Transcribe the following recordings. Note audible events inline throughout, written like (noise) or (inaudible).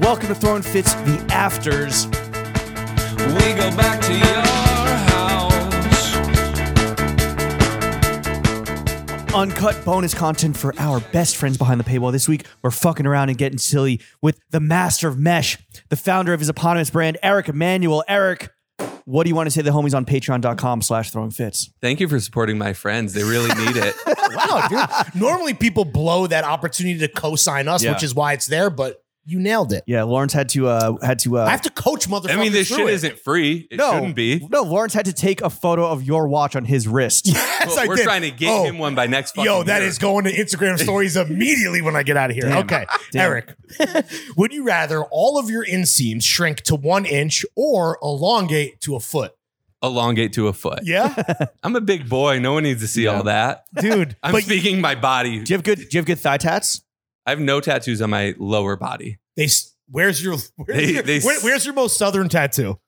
Welcome to Throwing Fits the Afters. We go back to your house. Uncut bonus content for our best friends behind the paywall. This week, we're fucking around and getting silly with the master of mesh, the founder of his eponymous brand, Eric Emanuel. Eric, what do you want to say to the homies on patreon.com slash throwing fits? Thank you for supporting my friends. They really need (laughs) it. Wow, dude. Normally people blow that opportunity to co-sign us, Yeah. which is why it's there, but you nailed it. Yeah, Lawrence had to, uh, had to, uh, I have to coach motherfuckers. I mean, this through shit it. is isn't free. It no, shouldn't be. No, Lawrence had to take a photo of your watch on his wrist. Yes, Well, I we're did. trying to get Oh, him one by next. Fucking Yo, that year. is going (laughs) to Instagram stories immediately when I get out of here. Damn. Okay, Damn. Eric, would you rather all of your inseams shrink to one inch or elongate to a foot? elongate to a foot. Yeah, (laughs) I'm a big boy. No one needs to see all that. dude. I'm but speaking my body. Do you have good, do you have good thigh tats? I have no tattoos on my lower body. they s- where's your where's, They- your, they s- where- where's your most southern tattoo?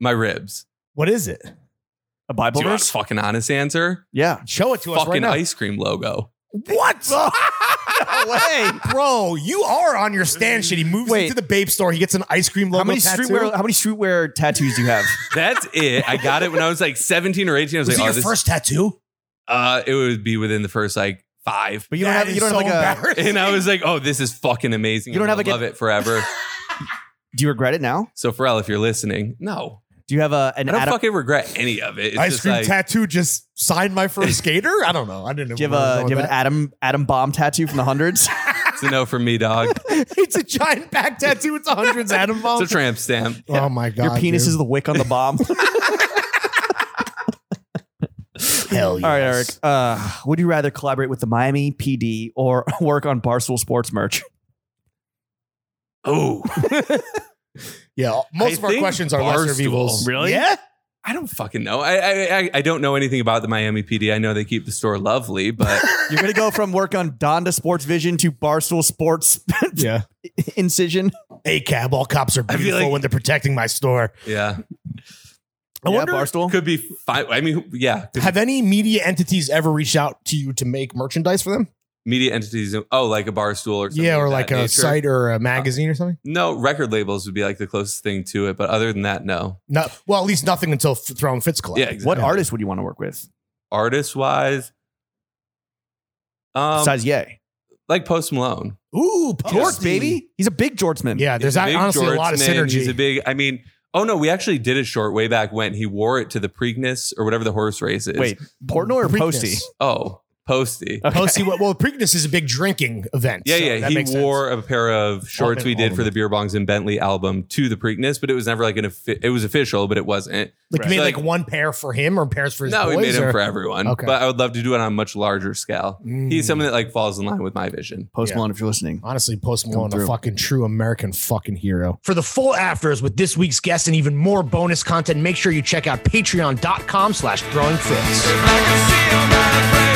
My ribs. What is it? A Bible Do you want verse? a fucking honest answer? Yeah. Show it to us right Fucking now. ice cream logo. What? (laughs) Way. Bro, you are on your stand shit. He moves Wait. into the babe store. He gets an ice cream How logo many tattoo. streetwear? How many streetwear tattoos do (laughs) you have? That's it. I got it when I was like 17 or 18. I was, was it like, your oh, this. first tattoo? uh, it would be within the first like five. But you don't That have. is You don't so have like (laughs) a. (laughs) embarrassing. And I was like, oh, this is fucking amazing. You don't I'm have gonna a love it forever. Do you regret it now? so Pharrell, if you're listening, no, Do you have a an I don't Adam? fucking regret any of it. It's ice just cream like, tattoo just signed my first skater? I don't know. I didn't know. Do you where I was have a going do you have with an Adam Adam bomb tattoo from the (laughs) hundreds? it's a no from me, dog. that. (laughs) it's a giant back tattoo. It's a hundreds atom bomb. It's a tramp stamp. Oh my god. Your penis is the wick on the bomb. is (laughs) hell yes. All right, Eric. Uh, would you rather collaborate with the Miami PD or (laughs) work on Barstool Sports merch? Oh, Yeah. Most I of our think questions are lesser Barstool. of evils. Really? Yeah. I don't fucking know. I, I I- I don't know anything about the Miami PD. I know they keep the store lovely, (laughs) but You're gonna go from work on Donda Sports Vision to Barstool Sports (laughs) Yeah. Incision. Hey, cab. All cops are I feel beautiful like- when they're protecting my store. yeah, I yeah, wonder- Barstool. could be fine. I mean, yeah, could- Have any media entities ever reached out to you to make merchandise for them? media entities. Oh, like a bar stool or something Yeah, or of like a that nature. Uh, site or a magazine or something. No, record labels would be like the closest thing to it, but other than that, no. No, well, at least nothing until F- Throne Fits Collab. Yeah, exactly. What artist would you want to work with artist wise, um, besides Ye? like Post Malone. Ooh, Jorts, Posty. baby. He's a big Jortsman. Yeah, there's He's a a- big honestly a lot of Jortsman. synergy. He's a big. I mean, oh no, we actually did a short way back when he wore it to the Preakness or whatever the horse race is. Wait, Portnoy or Preakness. Posty? oh, Posty. Okay. (laughs) Posty. Well, well, Preakness is a big drinking event. Yeah, so yeah. that He makes sense. wore a pair of shorts All we of did them. for the Beer Bongs and Bentley album to the Preakness, but it was never like an. offi- It was official, but it wasn't. like you made Like- like, one pair for him or pairs for his No, boys. we made or- them for everyone. Okay. Mm. But I would love to do it on a much larger scale. He's someone that like falls in line with my vision. Post Yeah. Malone, if you're listening. Honestly, Post Come Malone, a through. fucking true American fucking hero. For the full afters with this week's guest and even more bonus content, make sure you check out patreon.com slash throwing fits. I can see my